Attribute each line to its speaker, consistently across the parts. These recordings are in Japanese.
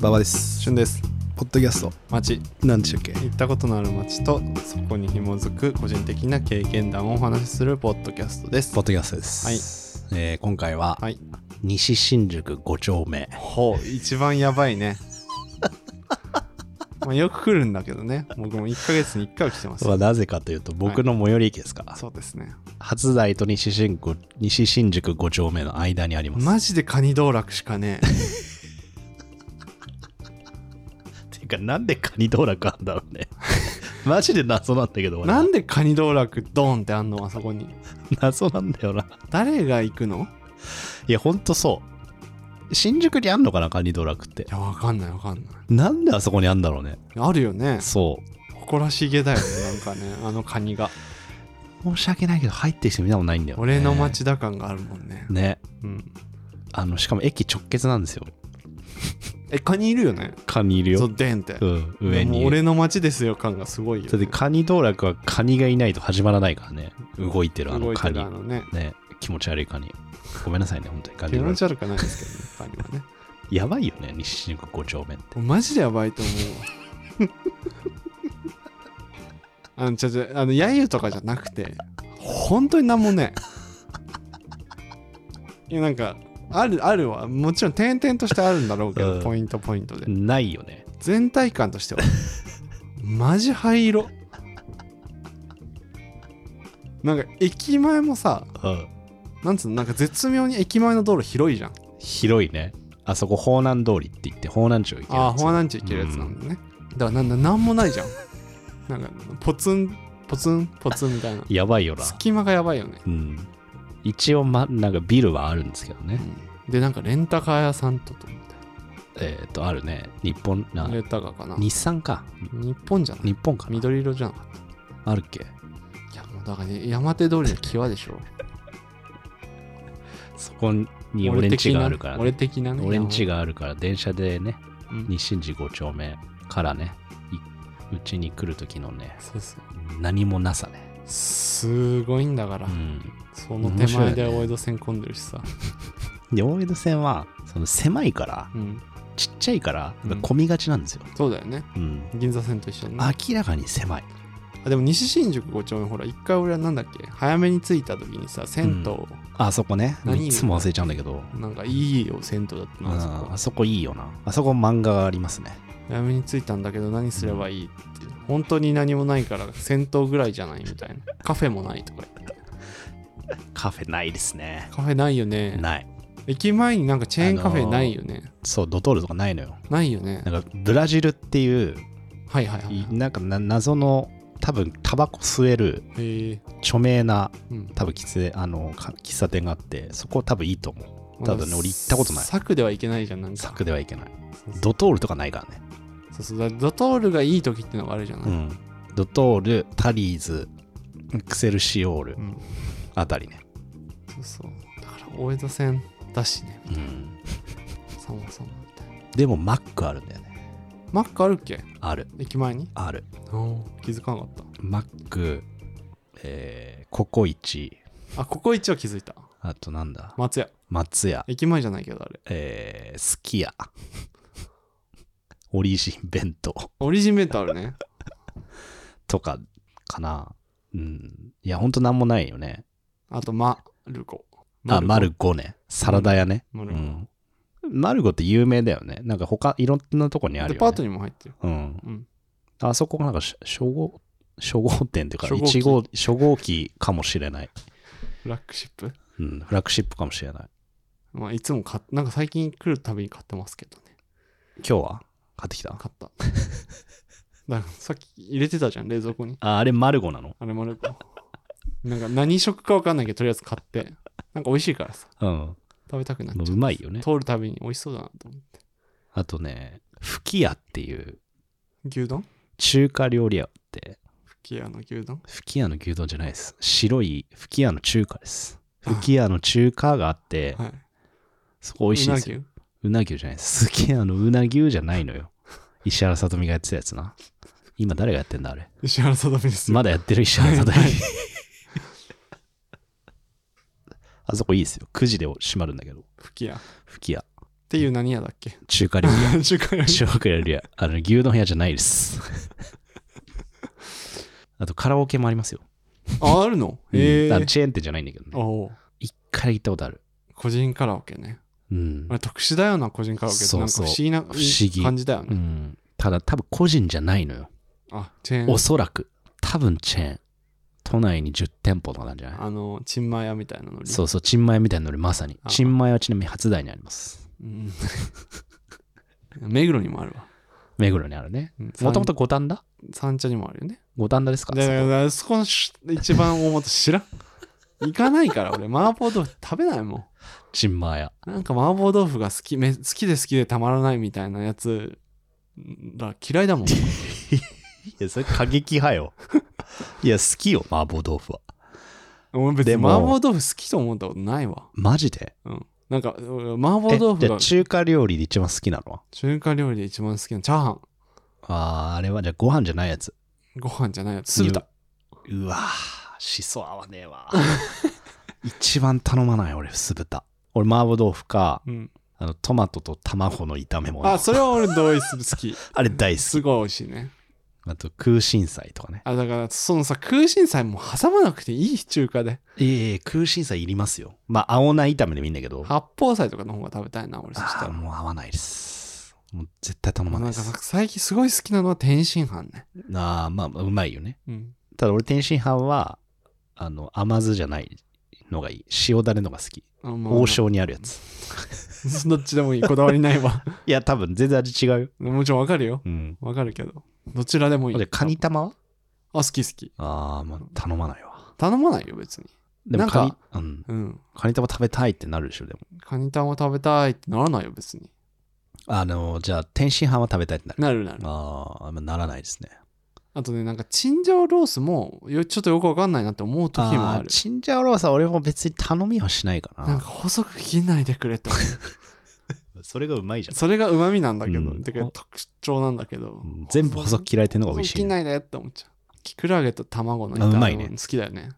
Speaker 1: 馬場です
Speaker 2: 旬です
Speaker 1: ポッドキャスト
Speaker 2: 町
Speaker 1: なんでしたっけ
Speaker 2: 行ったことのある町とそこに紐づく個人的な経験談をお話しするポッドキャストです
Speaker 1: ポッドキャストです、えー今回は
Speaker 2: はい
Speaker 1: 西新宿5丁目
Speaker 2: ほう一番やばいね まあよく来るんだけどね僕も1ヶ月に1回は来てます
Speaker 1: はなぜかというと僕の最寄り駅ですから、
Speaker 2: そうですね
Speaker 1: 初台と西新宿西新宿5丁目の間にあります、
Speaker 2: マジでカニ道楽しかね
Speaker 1: っていうかなんでカニ道楽あんだろうね マジで謎なんだけど
Speaker 2: え
Speaker 1: 俺
Speaker 2: なんでカニ道楽ドンってあんのあそこに
Speaker 1: 謎なんだよな
Speaker 2: 誰が行くの
Speaker 1: いやほんとそう新宿にあんのかなカニ道楽って
Speaker 2: いやわかんないわかんない
Speaker 1: なんであそこにあんだろうね
Speaker 2: あるよね
Speaker 1: そう
Speaker 2: 誇らしげだよねなんかね あのカニが
Speaker 1: 申し訳ないけど入ってきてみたことないんだよ、ね、
Speaker 2: 俺の町だ感があるもんね
Speaker 1: ね
Speaker 2: うん
Speaker 1: あのしかも駅直結なんですよ
Speaker 2: えカニいるよね
Speaker 1: カニいる
Speaker 2: そ
Speaker 1: よ、
Speaker 2: うでんって
Speaker 1: うん、上
Speaker 2: でも
Speaker 1: に
Speaker 2: 俺の街ですよ感がすごいよ、
Speaker 1: だってカニ道楽はカニがいないと始まらないからね動いてるあ
Speaker 2: 動
Speaker 1: の
Speaker 2: い
Speaker 1: カ
Speaker 2: て
Speaker 1: ニ
Speaker 2: るあのね
Speaker 1: ね気持ち悪いカニごめんなさいね本当にカニ
Speaker 2: 気
Speaker 1: 道
Speaker 2: 持
Speaker 1: 楽
Speaker 2: ち悪くないですけどねカニはね
Speaker 1: やばいよね西新宿5丁目って
Speaker 2: もうマジでやばいと思うわあのちょちょあの揶揄とかじゃなくて本当になんもねいやなんかあるあるはもちろん点々としてあるんだろうけど、
Speaker 1: うん
Speaker 2: ポイントポイントで
Speaker 1: ないよね
Speaker 2: 全体感としてはマジ灰色なんか駅前もさ
Speaker 1: うん
Speaker 2: なんつうのなんか絶妙に駅前の道路広いじゃん
Speaker 1: 広いねあそこ方南通りって言って方南町行ける
Speaker 2: ああ
Speaker 1: や
Speaker 2: ー
Speaker 1: つ
Speaker 2: ホアナンチ行けるやつなんだね、だからなんだなんもないじゃんなんかポツンポツンポツンみたいな
Speaker 1: やばいよな
Speaker 2: 隙間がやばいよね、
Speaker 1: うん一応、ま、なんかビルはあるんですけどね、
Speaker 2: でなんかレンタカー屋さんとと思って
Speaker 1: えっ、とあるね日本な
Speaker 2: レンタカーかな
Speaker 1: 日産か
Speaker 2: 日本じゃない
Speaker 1: 日本かな
Speaker 2: 緑色じゃなかった
Speaker 1: あるっけ
Speaker 2: いやもうだから、ね、山手通りの際でしょ
Speaker 1: そこに俺んちがあるから、
Speaker 2: 俺
Speaker 1: ね、
Speaker 2: 的なね
Speaker 1: 俺んち
Speaker 2: が、
Speaker 1: があるから電車でね
Speaker 2: うん
Speaker 1: 日進寺5丁目からねいうちに来る時のね
Speaker 2: そうそう
Speaker 1: 何もなさね、
Speaker 2: すごいんだから、
Speaker 1: うん、
Speaker 2: その手前で大江戸線混んでるしさ、
Speaker 1: で大江戸線はその狭いから
Speaker 2: うん
Speaker 1: ちっちゃいから
Speaker 2: うん
Speaker 1: やっぱ混みがちなんですよ、
Speaker 2: そうだよね
Speaker 1: うん
Speaker 2: 銀座線と一緒に、ね、
Speaker 1: 明らかに狭い
Speaker 2: あでも西新宿5丁目ほら一回俺はなんだっけ早めに着いた時にさ銭湯、
Speaker 1: あそこね
Speaker 2: 何
Speaker 1: いつも忘れちゃうんだけど
Speaker 2: なんかいいよ銭湯だった
Speaker 1: うん
Speaker 2: なそこ
Speaker 1: あそこいいよなあそこ漫画がありますね
Speaker 2: 早めに着いたんだけど何すればいいって本当に何もないから銭湯ぐらいじゃないみたいなカフェもないとか言って
Speaker 1: カフェないですね
Speaker 2: カフェないよね
Speaker 1: ない
Speaker 2: 駅前になんかチェーンカフェないよね、
Speaker 1: そうドトールとかないのよ
Speaker 2: ないよね
Speaker 1: なんかブラジルっていう
Speaker 2: はいはいはいい
Speaker 1: なんかな謎の多分タバコ吸える
Speaker 2: へえ
Speaker 1: 著名な
Speaker 2: うん
Speaker 1: 多分喫茶あのか喫茶店があってそこ多分いいと思うただね俺行ったことない
Speaker 2: 柵ではいけないじゃんなんか
Speaker 1: 柵ではいけない
Speaker 2: そうそう
Speaker 1: ドトールとかないからね
Speaker 2: そうそうだからドトールがいい時ってのがあるじゃない、
Speaker 1: うんドトールタリーズクセルシオール
Speaker 2: うん
Speaker 1: あたりね
Speaker 2: そうそうだから大江戸線だしね
Speaker 1: うん
Speaker 2: そもそもみたいな
Speaker 1: でもマックあるんだよね
Speaker 2: マックあるっけ
Speaker 1: ある
Speaker 2: 駅前に
Speaker 1: ある
Speaker 2: 気づかなかっ
Speaker 1: マックえー、ココイチ
Speaker 2: たあここ一は気づいた
Speaker 1: あとなんだ
Speaker 2: 松屋
Speaker 1: 松屋
Speaker 2: 駅前じゃないけどあれ
Speaker 1: えー、すき家 オリジン弁当
Speaker 2: オリジン弁当あるね
Speaker 1: とかかなうんいやほんとなんもないよね
Speaker 2: あとマルコ
Speaker 1: あ、マル
Speaker 2: コ
Speaker 1: ゴね。サラダ屋ね。
Speaker 2: マ
Speaker 1: う
Speaker 2: ルコ
Speaker 1: ん。マルゴって有名だよね。なんか他、いろんなとこにある
Speaker 2: デ
Speaker 1: よ
Speaker 2: パー
Speaker 1: ね
Speaker 2: ト。にも入ってる
Speaker 1: うん。
Speaker 2: うん
Speaker 1: あそこがなんかし、初号、初号店っていうか、
Speaker 2: 初号機
Speaker 1: 1号、初号機かもしれない。
Speaker 2: フラッグシップ
Speaker 1: うん。フラッグシップかもしれない。
Speaker 2: まあいつも買っなんか最近来るたびに買ってますけどね
Speaker 1: 今日は買ってきた
Speaker 2: 買った だからさっき入れてたじゃん冷蔵庫に
Speaker 1: あ、あれマルゴなの
Speaker 2: あれマルコなんか何食かわかんないけどとりあえず買ってなんか美味しいからさ
Speaker 1: うん。
Speaker 2: 食べたくなっちゃう
Speaker 1: うまいよね。
Speaker 2: 通るたびに美味しそうだなと思って
Speaker 1: あとね、吹き屋っていう
Speaker 2: 牛丼
Speaker 1: 中華料理屋って、
Speaker 2: 吹き屋の牛丼
Speaker 1: 吹き屋の牛丼じゃないです。白い吹き屋の中華です。吹き屋の中華があって、
Speaker 2: はい
Speaker 1: そこ美味しいですよ。
Speaker 2: うな
Speaker 1: うなぎゅうじゃないです。すき家のうなぎゅうじゃないのよ。石原さとみがやってたやつな。今誰がやってんだあれ。
Speaker 2: 牛石原さとみですよ
Speaker 1: まだやってる石原さとみ。あそこいいですよ。9時で閉まるんだけど。
Speaker 2: 吹き屋
Speaker 1: 吹き家。
Speaker 2: っていう何屋だっ け
Speaker 1: 中華料理屋。
Speaker 2: 中華料理
Speaker 1: 中華料理屋。あの、牛丼屋じゃないです。 あと、カラオケもありますよ。
Speaker 2: ああるの
Speaker 1: うん
Speaker 2: へえ
Speaker 1: あのチェーン店じゃないんだけどね。
Speaker 2: おう
Speaker 1: 一回行ったことある。
Speaker 2: 個人カラオケね
Speaker 1: うん
Speaker 2: あ。れ特殊だよな個人カラオケって
Speaker 1: そ
Speaker 2: なん
Speaker 1: う
Speaker 2: か
Speaker 1: そう
Speaker 2: 不思議な
Speaker 1: 不思議
Speaker 2: 感じだよ
Speaker 1: う
Speaker 2: ね
Speaker 1: ん、ただ、多分個人じゃないのよ。
Speaker 2: あチェー
Speaker 1: お
Speaker 2: ン
Speaker 1: そらく。多分チェーン。都内に10店舗とかなんじゃない
Speaker 2: あのチンマイ屋みたいなのに
Speaker 1: そうそう、チンマイみたいなので、まさに。
Speaker 2: あ
Speaker 1: チンマイはちなみに初台にあります。
Speaker 2: うん目黒にもあるわ
Speaker 1: 目黒にあるね。
Speaker 2: うん
Speaker 1: もともと五反田
Speaker 2: 三茶にもあるよね
Speaker 1: 五反田ですか
Speaker 2: だからそこのし一番大元知らん行かないから俺麻婆豆腐食べないもん
Speaker 1: チンマイ屋。
Speaker 2: なんか麻婆豆腐が好きめ好きで好きでたまらないみたいなやつら嫌いだもん
Speaker 1: いや、それ過激派よ。 いや、好きよ、麻婆豆腐は。
Speaker 2: 俺別に
Speaker 1: でも
Speaker 2: 麻婆豆腐好きと思ったことないわ
Speaker 1: マジで
Speaker 2: うんなんか俺麻婆
Speaker 1: え
Speaker 2: 豆腐
Speaker 1: じゃ
Speaker 2: が
Speaker 1: あ中華料理で一番好きなのは
Speaker 2: 中華料理で一番好きなのチャーハン
Speaker 1: あーあれはじゃあご飯じゃないやつ。
Speaker 2: ご飯じゃないやつ
Speaker 1: 酢豚。うわぁ、しそ合わねえわ。 一番頼まない俺、酢豚。俺、麻婆豆腐か、
Speaker 2: うん、
Speaker 1: あのトマトと卵の炒め物。
Speaker 2: あそれは俺同意する 好き
Speaker 1: あれ大好
Speaker 2: す
Speaker 1: き。
Speaker 2: ごい美味しいね
Speaker 1: あと、空心菜とかね。
Speaker 2: あだからそのさ空心菜も挟まなくていい中華で
Speaker 1: ええ空心菜いりますよ。まあ、青菜炒めでもいいんだけど、
Speaker 2: 八宝菜とかの方が食べたいな俺そした
Speaker 1: あー
Speaker 2: ら
Speaker 1: もう合わないです。もう絶対頼まない
Speaker 2: なん
Speaker 1: で
Speaker 2: か
Speaker 1: す
Speaker 2: さ。最近すごい好きなのは天津飯ね、
Speaker 1: ああ、まあ、うまいよね。
Speaker 2: うん、
Speaker 1: ただ俺、天津飯は、あの、甘酢じゃないのがいい。塩だれのが好き。
Speaker 2: あまあ
Speaker 1: 王将にあるやつ。
Speaker 2: どっちでもいいこだわりない わ
Speaker 1: いや、多分全然味違うよ。
Speaker 2: もちろんわかるよ
Speaker 1: うん。
Speaker 2: わかるけどどちらでもいい
Speaker 1: で、カニ玉は
Speaker 2: あ好き好き
Speaker 1: ああ、まあ、頼まないわ。
Speaker 2: 頼まないよ別に
Speaker 1: でもカ
Speaker 2: なん
Speaker 1: ニ
Speaker 2: か、
Speaker 1: うん。
Speaker 2: うん
Speaker 1: カニ玉食べたいってなるでしょ、でも。
Speaker 2: カニ玉食べたいってならないよ別に
Speaker 1: あの、じゃあ、天津飯は食べたいってなる。
Speaker 2: なるなる
Speaker 1: あーまあ、ならないですね。
Speaker 2: あとねなんかチンジャオロースもよちょっとよくわかんないなって思う時もあ
Speaker 1: ああー、
Speaker 2: る
Speaker 1: チンジャオロースは俺も別に頼みはしないか
Speaker 2: なんか細く切んないでく れと
Speaker 1: それがうまいじ
Speaker 2: それがうまみなんだけど、
Speaker 1: うん
Speaker 2: てか特徴なんだけど、
Speaker 1: ん。全部細く切られてるのが美味し
Speaker 2: 細く切
Speaker 1: い
Speaker 2: ん
Speaker 1: ね。
Speaker 2: ないでって思っちゃうきくらげと卵の
Speaker 1: あう
Speaker 2: 炒
Speaker 1: ま
Speaker 2: め
Speaker 1: いね
Speaker 2: 物好きだよね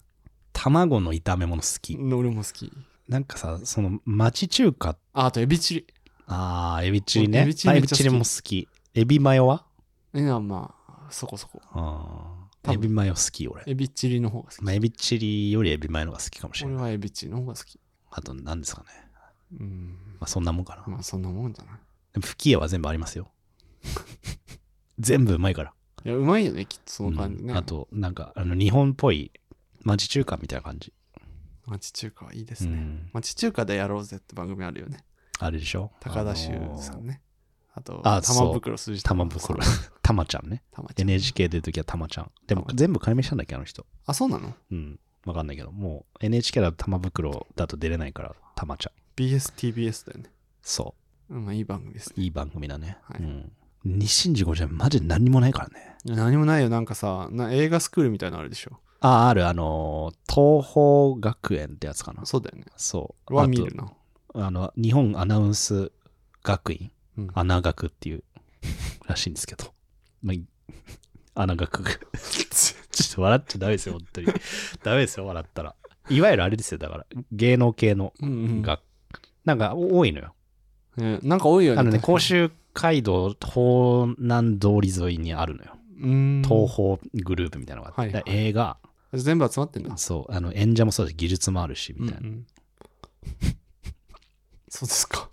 Speaker 1: 卵の炒め物好き。
Speaker 2: 俺も好き
Speaker 1: なんかさ、その、町中華、
Speaker 2: ああとエビチリ
Speaker 1: ああ、エビチリね。
Speaker 2: エビチリ
Speaker 1: まあ
Speaker 2: め
Speaker 1: エ
Speaker 2: っ
Speaker 1: ビ
Speaker 2: ちゃ好き
Speaker 1: チリも好き。エビマヨは
Speaker 2: えなまあそこそこ
Speaker 1: あ
Speaker 2: 多
Speaker 1: あ、
Speaker 2: 分
Speaker 1: エビマヨ好き、俺。
Speaker 2: エビチリの方が好き
Speaker 1: まあ、エビチリよりエビマヨの方が好きかもしれ
Speaker 2: 俺
Speaker 1: ない。
Speaker 2: はエビチリの方が好き
Speaker 1: あと、何ですかね。
Speaker 2: うん
Speaker 1: まあ、そんなもんかな。
Speaker 2: まあそんなもんじゃない
Speaker 1: でも、吹き家は全部ありますよ。 全部うまいから。
Speaker 2: いやうまいよねきっとその感じね、
Speaker 1: うんあと、なんか、あの日本っぽい町中華みたいな感じ。
Speaker 2: 町中華はいいです
Speaker 1: う
Speaker 2: ね、
Speaker 1: ん
Speaker 2: 町中華でやろうぜって番組あるよね
Speaker 1: あれでしょ
Speaker 2: 高田修
Speaker 1: あ
Speaker 2: さ
Speaker 1: の
Speaker 2: ん
Speaker 1: ー
Speaker 2: ねあと
Speaker 1: あそう
Speaker 2: 玉袋筋
Speaker 1: 玉袋
Speaker 2: さん。
Speaker 1: たまちゃんね。
Speaker 2: 玉ちゃん
Speaker 1: NHK 出るときはたまちゃん。でも
Speaker 2: 玉ちゃん
Speaker 1: 全部解明したんだっけ、あの人。
Speaker 2: あそうなの
Speaker 1: うん。わかんないけど、もう NHK だと玉袋だと出れないから、たまちゃん。
Speaker 2: BSTBS だよね
Speaker 1: そ
Speaker 2: うんまあいい番組ですね
Speaker 1: う。いい番組だね。
Speaker 2: は
Speaker 1: う
Speaker 2: い
Speaker 1: ん。西新宿じゃマジで何にもないからね。
Speaker 2: いや何もないよなんかさな映画スクールみたいなのあるでしょ
Speaker 1: あ、ある、あのー東方学園ってやつかな。
Speaker 2: そうだよね
Speaker 1: そう。
Speaker 2: は
Speaker 1: あと
Speaker 2: 見るな
Speaker 1: あの、日本アナウンス学院、
Speaker 2: うん
Speaker 1: 穴学っていうらしいんですけど、ま あ、穴学ちょっと笑っちゃダメですよ、本当に。 ダメですよ、笑ったら。いわゆるあれですよ、だから、芸能系の
Speaker 2: うんうん
Speaker 1: 学、なんか多いのよ。
Speaker 2: ねなんか多いよね
Speaker 1: あのね、
Speaker 2: 確かに
Speaker 1: 甲州街道方南通り沿いにあるのよ。
Speaker 2: うん
Speaker 1: 東宝グループみたいなのがあって、だ
Speaker 2: はいはい
Speaker 1: から映画、
Speaker 2: 全部集まってんだ
Speaker 1: そう、あの演者もそうだし、技術もあるし、みたいな。
Speaker 2: うん うんそうですか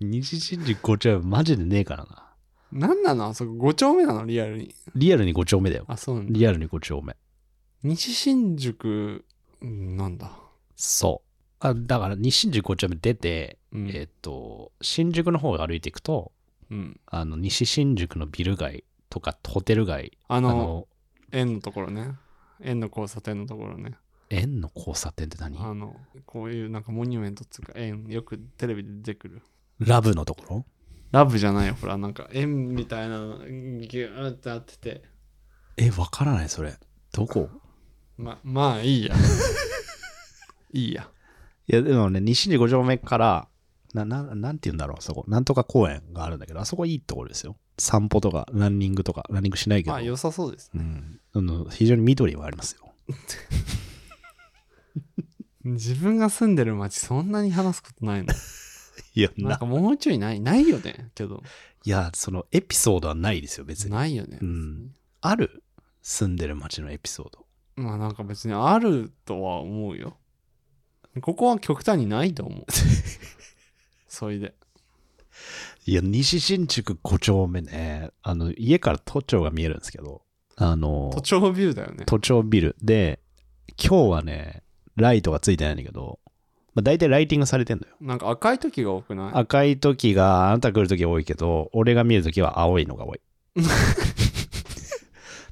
Speaker 1: 西新宿5丁目、マジでねえからな。
Speaker 2: 何なのあそこ5丁目なのリアルに
Speaker 1: リアルに5丁目だよ。
Speaker 2: あそうなんだ
Speaker 1: リアルに5丁目。
Speaker 2: 西新宿うんなんだ、
Speaker 1: そう。あだから、西新宿5丁目出て、
Speaker 2: うん
Speaker 1: えっ、と、新宿の方を歩いていくと、
Speaker 2: うん
Speaker 1: あの、西新宿のビル街とか、ホテル街、
Speaker 2: あ
Speaker 1: あ
Speaker 2: の
Speaker 1: の、
Speaker 2: 円のところね円の交差点のところね
Speaker 1: 円の交差点って何
Speaker 2: あのこういうなんかモニュメントっつうか円よくテレビで出てくる
Speaker 1: ラブのところ
Speaker 2: ラブじゃないよほらなんか円みたいなのギューってなってて
Speaker 1: え、わからない、それ。どこ
Speaker 2: ままあ いいやいいや
Speaker 1: いや、でもね、西新宿5丁目から、な、な、なんて言うんだろう、あそこ。なんとか公園があるんだけど、あそこいいところですよ。散歩とか、ランニングとか、ランニングしないけど。
Speaker 2: まあ良さそうです
Speaker 1: うん。あの、非常に緑はありますよ。
Speaker 2: 自分が住んでる町そんなに話すことないの
Speaker 1: いや、
Speaker 2: なん
Speaker 1: な
Speaker 2: かもうちょいない、ないよね。けど、
Speaker 1: いや、そのエピソードはないですよ、別に。
Speaker 2: ないよね。
Speaker 1: うんある住んでる町のエピソード。
Speaker 2: まあなんか別にあるとは思うよ。ここは極端にないと 思う。それで。
Speaker 1: いや、西新宿5丁目ね、あの、家から都庁が見えるんですけど、あの、
Speaker 2: 都庁ビューだよね。
Speaker 1: 都庁ビルで、今日はね、ライトがついてないんだけど、まあ、大体ライティングされてんのよ。
Speaker 2: なんか赤い時が多くない
Speaker 1: 赤い時が、あなた来る時多いけど、俺が見る時は青いのが多 い。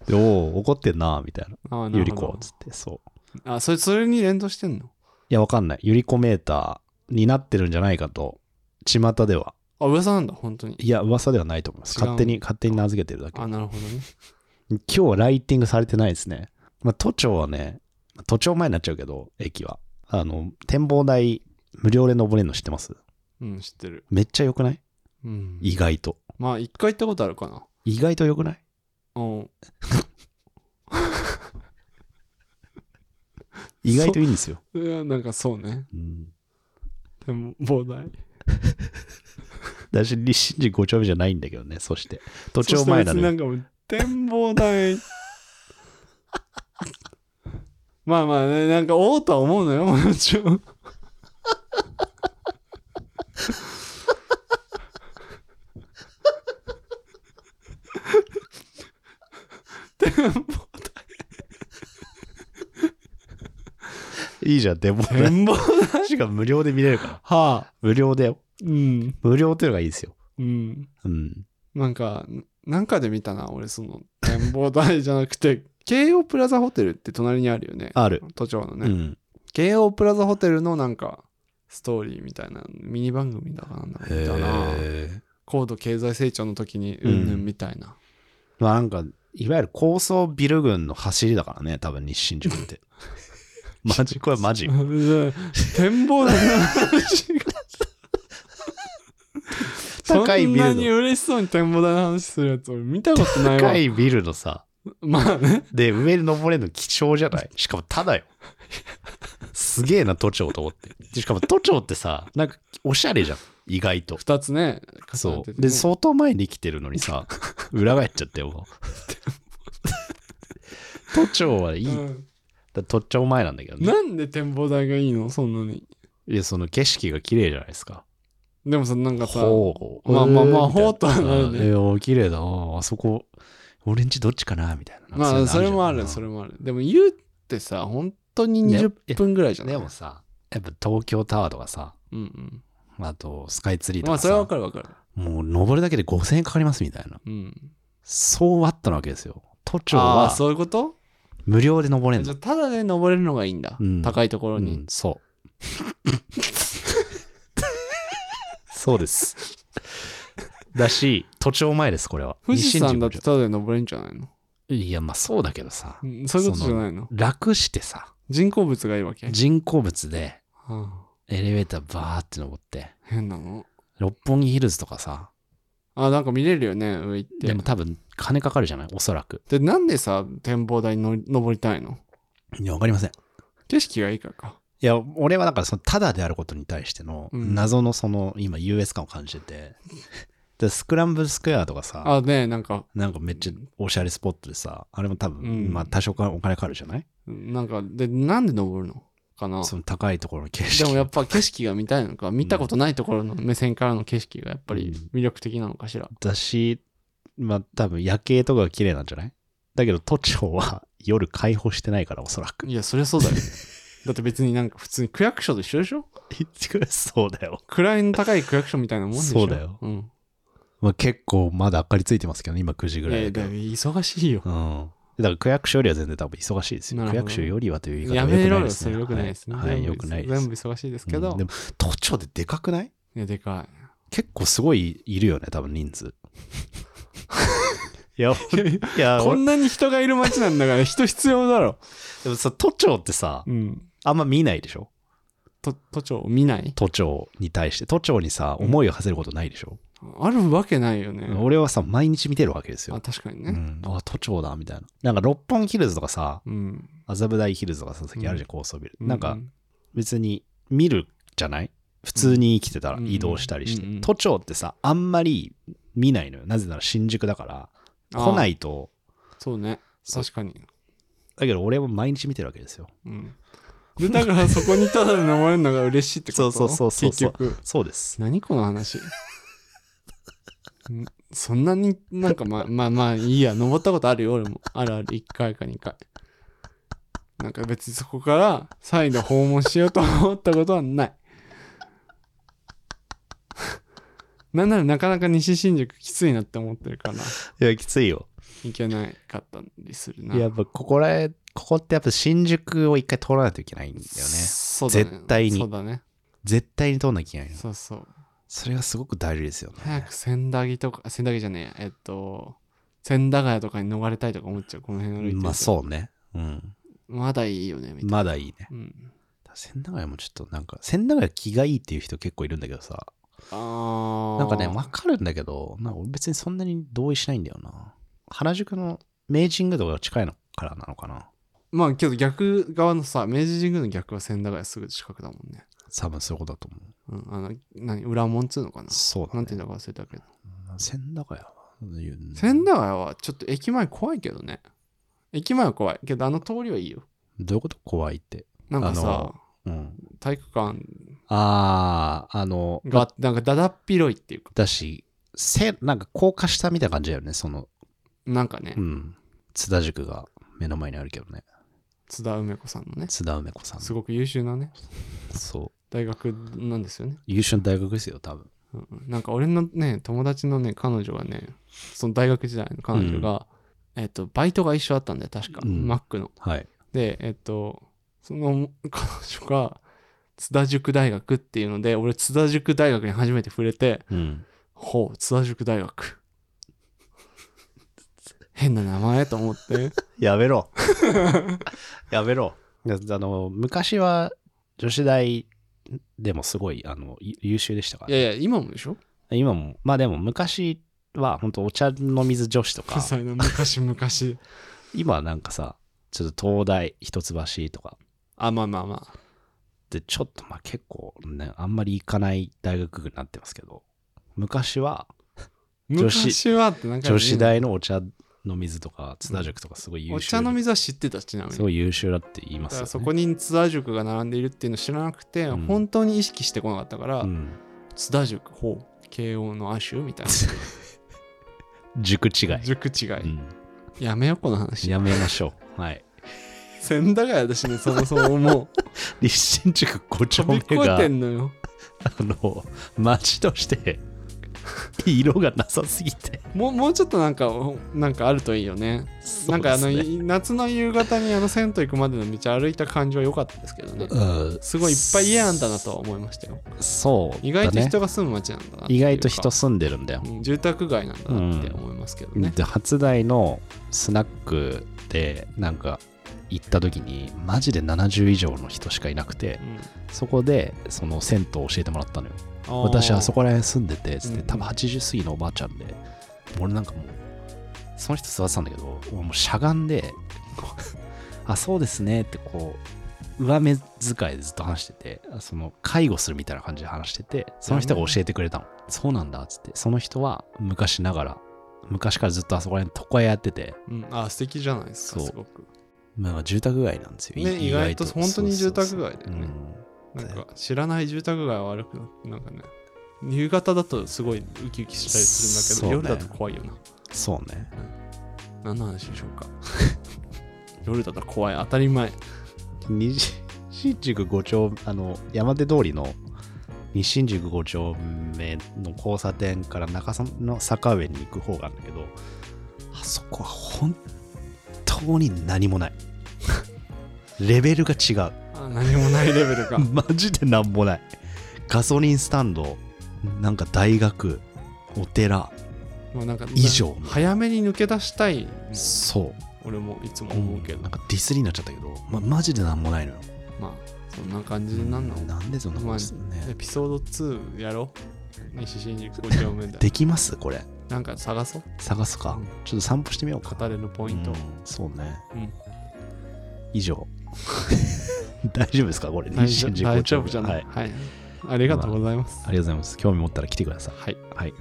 Speaker 1: でおお、怒ってんな、みたいな。
Speaker 2: ああな
Speaker 1: ゆり
Speaker 2: るほ
Speaker 1: こ
Speaker 2: ど、
Speaker 1: っつって、そう。
Speaker 2: あ、それ、それに連動してんの
Speaker 1: いや、わかんない。ゆりこメーターになってるんじゃないかと、巷では。
Speaker 2: あ、噂なんだ、本当に。
Speaker 1: いや、噂ではないと思います。
Speaker 2: 違う
Speaker 1: 勝手に、勝手に名付けてるだけ。
Speaker 2: あ、
Speaker 1: 今
Speaker 2: なるほどね。
Speaker 1: 日はライティングされてないですね。まあ、都庁はね、都庁前になっちゃうけど、駅は。あの、展望台、無料で登れるの知ってます
Speaker 2: うん、知ってる。
Speaker 1: めっちゃ良くない
Speaker 2: うん。
Speaker 1: 意外と。
Speaker 2: まあ、一回行ったことあるかな。
Speaker 1: 意外と良くない
Speaker 2: うん。
Speaker 1: 意外といいんですよ。
Speaker 2: いや、なんかそうね。
Speaker 1: うん。
Speaker 2: でも、膨大。
Speaker 1: 私、立新寺5丁目じゃないんだけどね、そして。都庁前なの
Speaker 2: そして別にな
Speaker 1: よ。
Speaker 2: んかもう、展望台。 まあまあね、なんか、おうとは思うのよ、も ちろん。
Speaker 1: いいじゃん、展望台。
Speaker 2: 望台
Speaker 1: しかも無料で見れるから。
Speaker 2: はあ。
Speaker 1: 無料だよ。
Speaker 2: うん。
Speaker 1: 無料っていうのがいいですよ。
Speaker 2: うん。
Speaker 1: うん。
Speaker 2: なんか、なんかで見たな、俺、その、展望台じゃなくて、 京王プラザホテルって隣にあるよね。
Speaker 1: ある。
Speaker 2: 都庁の
Speaker 1: う
Speaker 2: ね。
Speaker 1: ん。
Speaker 2: 京王プラザホテルのなんか、ストーリーみたいな、ミニ番組だかなんだか見たな。
Speaker 1: へー
Speaker 2: 高度経済成長の時に、
Speaker 1: う
Speaker 2: うんんぬんみた いな。
Speaker 1: まあなんか、いわゆる高層ビル群の走りだからね、多分日新宿 って。マジこれマジ。
Speaker 2: 展望台の話が。
Speaker 1: 高いビルの
Speaker 2: そんなに嬉しそうに展望台の話するやつ、俺見たことないわ
Speaker 1: 高。いビルのさ、
Speaker 2: まあね。
Speaker 1: で、上に登れるの貴重じゃないしかもただよ。すげえな、都庁と思って。でしかも都庁ってさ、なんかおしゃれじゃん、意外と。
Speaker 2: 二つね。重
Speaker 1: そ
Speaker 2: ねて
Speaker 1: う。
Speaker 2: て
Speaker 1: で、
Speaker 2: ね
Speaker 1: 相当前に来てるのにさ、裏返っちゃって もう。都庁はいい。
Speaker 2: うん
Speaker 1: だ都庁前なんだけどね。
Speaker 2: なんで展望台がいいのそんなに。
Speaker 1: いや、その景色が綺麗じゃないですか。
Speaker 2: でもさ、なんかさ、
Speaker 1: ほう。
Speaker 2: まあまあまあ
Speaker 1: えーみたい
Speaker 2: ほうとはなるね
Speaker 1: うんえー綺麗だな。あそこ、俺んちどっちかなみたいな。
Speaker 2: まあそれもある、そ
Speaker 1: そ
Speaker 2: れもある。でも言うってさ、本当に20分ぐらいじゃ
Speaker 1: れな
Speaker 2: な、
Speaker 1: いでもさ、やっぱ東京タワーとかさ、
Speaker 2: うんうん。
Speaker 1: あとスカイツリーと
Speaker 2: まあ
Speaker 1: か
Speaker 2: そ
Speaker 1: さ、
Speaker 2: れはわかるわかる。
Speaker 1: もう登るだけで5000円かかりますみたいな。
Speaker 2: うん。
Speaker 1: そうあったなわけですよ。都庁
Speaker 2: ああ、
Speaker 1: は
Speaker 2: そういうこと
Speaker 1: 無料で登れん
Speaker 2: じゃ
Speaker 1: の
Speaker 2: あ。ただで登れるのがいいんだ。
Speaker 1: うん
Speaker 2: 高いところ
Speaker 1: う
Speaker 2: に。
Speaker 1: ん、そう。 そうです。だし、都庁前です、これは。
Speaker 2: 富士山
Speaker 1: 西
Speaker 2: だ
Speaker 1: 新
Speaker 2: って
Speaker 1: 宿
Speaker 2: ただで登れるんじゃないの、
Speaker 1: いや、まあそうだけどさ
Speaker 2: う、んそういうことじゃないの
Speaker 1: 楽してさ、
Speaker 2: 人工物がいいわけ、
Speaker 1: 人工物で
Speaker 2: は
Speaker 1: エレベーターバーって登って
Speaker 2: あ変なの
Speaker 1: 六本木ヒルズとかさ
Speaker 2: あなんか見れるよね上行って
Speaker 1: でも多分金かかるじゃないおそらく
Speaker 2: でなんでさ展望台にの登りたいの
Speaker 1: いやわかりません
Speaker 2: 景色がいいからか
Speaker 1: いや俺はだからそのタダであることに対しての
Speaker 2: うん
Speaker 1: 謎のその今優越感を感じてて、でスクランブルスクエアとかさ
Speaker 2: あねえなんか
Speaker 1: なんかめっちゃおしゃれスポットでさあれも多分、
Speaker 2: うん
Speaker 1: まあ多少かお金かかるじゃない
Speaker 2: なんかでなんで登るのかな
Speaker 1: その高いところの景色
Speaker 2: でもやっぱ景色が見たいのか見たことないところの目線からの景色がやっぱり魅力的なのかしら、
Speaker 1: だしまあ多分夜景とかが綺麗なんじゃないだけど都庁は夜開放してないからおそらく
Speaker 2: いやそりゃそうだよ ねだって別になんか普通に区役所と一緒でしょ
Speaker 1: そうだよ、
Speaker 2: 位の高い区役所みたいなもんでしょ
Speaker 1: そうだよ
Speaker 2: うん、
Speaker 1: まあ、結構まだ明かりついてますけどね今9時
Speaker 2: い
Speaker 1: ぐら
Speaker 2: や
Speaker 1: い
Speaker 2: い
Speaker 1: だ
Speaker 2: や
Speaker 1: け
Speaker 2: だ
Speaker 1: ど
Speaker 2: から忙しいよ
Speaker 1: うんだから区役所よりは全然多分忙しいです
Speaker 2: な
Speaker 1: よ。
Speaker 2: る
Speaker 1: 区
Speaker 2: ほど
Speaker 1: 役所よりはという言い方
Speaker 2: や
Speaker 1: は
Speaker 2: め
Speaker 1: 良くな
Speaker 2: ろ
Speaker 1: い
Speaker 2: よ
Speaker 1: です
Speaker 2: そ
Speaker 1: ね
Speaker 2: れよくないですね、
Speaker 1: はいはい、
Speaker 2: 全部
Speaker 1: 良くないです。
Speaker 2: 全部忙しいですけど、
Speaker 1: うんでも都庁ででかくない
Speaker 2: いやでか
Speaker 1: 結構すごいいるよね、多分人数。 いや、いや
Speaker 2: い こんなに人がいる街なんだから人必要だろ
Speaker 1: でもさ、都庁ってさ、
Speaker 2: うん
Speaker 1: あんま見ないでしょ
Speaker 2: と都庁見ない
Speaker 1: 都庁に対して。都庁にさ、思いを馳せることないでしょ、
Speaker 2: あるわけないよね、
Speaker 1: 俺はさ、毎日見てるわけです
Speaker 2: あ
Speaker 1: よ。
Speaker 2: 確かに
Speaker 1: う
Speaker 2: ね
Speaker 1: ん、あ都庁だみたいな。なんか六本木ヒルズとかさ、
Speaker 2: うん、
Speaker 1: 麻布台ヒルズとかさ、さっきあるじゃん、高層ビル。なん
Speaker 2: う
Speaker 1: か別に見るじゃない普通に生きてたら
Speaker 2: うん
Speaker 1: 移動したりして、
Speaker 2: うんうん
Speaker 1: 都庁ってさあんまり見ないのよなぜなら新宿だから来な
Speaker 2: あ
Speaker 1: いと
Speaker 2: あそうね
Speaker 1: そう
Speaker 2: 確かに
Speaker 1: だけど俺は毎日見てるわけですよ
Speaker 2: うんでだからそこにただで登れるのが嬉しいってこと
Speaker 1: そうそうそうそう
Speaker 2: 結局
Speaker 1: そうです
Speaker 2: 何この話んそんなになんかまあまあまあいいや登ったことあるよ俺もあるある1回か2回なんか別にそこから再度訪問しようと思ったことはない なんならなかなか西新宿きついなって思ってるから
Speaker 1: いやきついよ
Speaker 2: いけなかったりするない
Speaker 1: ややっぱここらへここってやっぱ新宿を一回通らないといけないんだよね
Speaker 2: そうだね
Speaker 1: 絶対に
Speaker 2: そうだね
Speaker 1: 絶対に通んなきゃいけないの
Speaker 2: そうそう
Speaker 1: それがすごく大事ですよね
Speaker 2: 早く千駄木とか千駄木じゃねえやえっと千駄ヶ谷とかに逃れたいとか思っちゃうこの辺歩いてると
Speaker 1: まあそうねうん
Speaker 2: まだいいよねみたいな、
Speaker 1: まだいいね
Speaker 2: うん、
Speaker 1: 千駄ヶ谷もちょっとなんか千駄ヶ谷気がいいっていう人結構いるんだけどさ
Speaker 2: ああ
Speaker 1: なんかね、わかるんだけど、なんか俺別にそんなに同意しないんだよな。原宿の明治神宮とかが近いのからなのかな。
Speaker 2: まあけど逆側のさ明治神宮の逆は千駄ヶ谷すぐ近くだもんね、
Speaker 1: 多分そういうことだと思う。
Speaker 2: うん、あの何裏門っつうのかな
Speaker 1: そうだ
Speaker 2: なん
Speaker 1: ね
Speaker 2: て。いうんだか忘れたけど
Speaker 1: 千駄ヶ谷は。うん
Speaker 2: 千駄ヶ谷はちょっと駅前怖いけどね駅前は怖いけどあの通りはいいよ
Speaker 1: どういうこと怖いって。
Speaker 2: なんか
Speaker 1: あ
Speaker 2: さ
Speaker 1: のうん。
Speaker 2: 体育館
Speaker 1: あー、あの、
Speaker 2: がなんかだだっ広いっていうか
Speaker 1: だし、せ、なんか高架下みたいな感じだよね、その、
Speaker 2: なんかね、
Speaker 1: うん。津田塾が目の前にあるけどね。
Speaker 2: 津田梅子さんのね
Speaker 1: 津田梅子さん
Speaker 2: す。ごく優秀なね
Speaker 1: そう。
Speaker 2: 大学なんですよね、
Speaker 1: 優秀な大学ですよ、多分。
Speaker 2: うんうんなんか俺のね友達のね彼女がねその大学時代の彼女が、えっとバイトが一緒だったんだよ確か、
Speaker 1: うん
Speaker 2: マックの
Speaker 1: はい。
Speaker 2: でえっとその彼女が津田塾大学っていうので俺津田塾大学に初めて触れて
Speaker 1: うん。
Speaker 2: ほう津田塾大 学変な名前と思って
Speaker 1: やめ ろ。やめろ。あの、昔は女子大でもすごいあのゆ優秀でしたか
Speaker 2: い
Speaker 1: ら、
Speaker 2: やいや今もでしょ
Speaker 1: 今も、まあでも昔は本当お茶の水女子と か
Speaker 2: 関、西の昔昔
Speaker 1: 今はなんかさ、ちょっと東大一橋とか
Speaker 2: あまあまあまあ
Speaker 1: でちょっとまあ結構ね、あんまり行かない大学になってますけど、昔は女子
Speaker 2: 昔はってなんかね
Speaker 1: 女子大のお茶の水とか津田塾とかすごい優秀、
Speaker 2: お茶の水は知ってたちなみに
Speaker 1: すごい優秀だって言いま
Speaker 2: だ
Speaker 1: す
Speaker 2: か
Speaker 1: よ、
Speaker 2: ら
Speaker 1: ね。
Speaker 2: そこに津田塾が並んでいるっていうのを知らなくて、
Speaker 1: うん
Speaker 2: 本当に意識してこなかったから、
Speaker 1: うん、
Speaker 2: 津田塾ほう慶応の亜種みたい
Speaker 1: 塾違い
Speaker 2: な、塾違い、
Speaker 1: うん。
Speaker 2: やめようこの話
Speaker 1: やめましょ う。はい。
Speaker 2: 千駄ヶ谷だしねそもそもも う
Speaker 1: 立身塾5丁
Speaker 2: 飛び
Speaker 1: 目
Speaker 2: 越え
Speaker 1: が
Speaker 2: てんのよ
Speaker 1: あの町として色がなさすぎて
Speaker 2: もうもうちょっとなんかおなんかあるといいよねなんかあの、
Speaker 1: そうですね
Speaker 2: い夏の夕方にあの銭湯行くまでの道歩いた感じは良かったですけどね
Speaker 1: うん
Speaker 2: すごいいっぱい家あんだなとは思いましたよ
Speaker 1: そうだね
Speaker 2: 意外と人が住む街なんだなっていう
Speaker 1: 意外
Speaker 2: か
Speaker 1: と人住んでるんだよ、
Speaker 2: うん住宅街なんだなって思いますけどね、
Speaker 1: で初台のスナックでなんか行った時にマジで70以上の人しかいなくて
Speaker 2: うん
Speaker 1: そこでその銭湯を教えてもらったのよ私あそこら辺住んでてつって
Speaker 2: うん
Speaker 1: 多分80過ぎのおばあちゃんで俺なんかもうその人座ってたんだけど俺もうしゃがんでこう 「あそうですね」ってこう上目遣いでずっと話しててその介護するみたいな感じで話しててその人が教えてくれたの「そうなんだ」っつってその人は昔ながら昔からずっとあそこら辺床屋やってて
Speaker 2: うん、あ素敵じゃないですか
Speaker 1: そう
Speaker 2: すごく
Speaker 1: まあ住宅街なんですよ、
Speaker 2: ね
Speaker 1: い
Speaker 2: 意外と本当に住宅
Speaker 1: そうそう
Speaker 2: 街だよね
Speaker 1: だ
Speaker 2: な
Speaker 1: よ
Speaker 2: んか知らない住宅街を歩くのなんかね夕方だとすごいウキウキしたりするんだけ
Speaker 1: そうね
Speaker 2: ど、夜だと怖いよな
Speaker 1: そうそうね
Speaker 2: 何の話でしょうか 夜だと怖い当たり前
Speaker 1: 西新宿5丁あの山手通りの西新宿5丁目の交差点から中さの坂上に行く方があるんだけどあそこは本当に何もないレベルが違う
Speaker 2: あ何もないレベルが
Speaker 1: マジで何もないガソリンスタンドなんか大学お寺
Speaker 2: もうなんか
Speaker 1: 以上
Speaker 2: 早めに抜け出したいもん
Speaker 1: そ
Speaker 2: 俺もいつも
Speaker 1: う、
Speaker 2: 思うけど、
Speaker 1: なんかディスりになっちゃったけど、ま、マジで何もないのよ
Speaker 2: まあそんな感じなんだろう
Speaker 1: なんでそんなことする
Speaker 2: エ
Speaker 1: ね
Speaker 2: ピソード2やろう西新宿5丁目で
Speaker 1: できますこれ
Speaker 2: なんか探そう
Speaker 1: 探すか、
Speaker 2: うん
Speaker 1: ちょっと散歩してみようか
Speaker 2: 語れるポイントを
Speaker 1: うん、そうね、
Speaker 2: うん
Speaker 1: 以上 大丈夫ですかこれ
Speaker 2: 大丈夫
Speaker 1: 25
Speaker 2: 大丈夫じゃない、
Speaker 1: はい
Speaker 2: はいありがとうございます。
Speaker 1: ありがとうございます。興味持ったら来てください。
Speaker 2: はい。
Speaker 1: はい。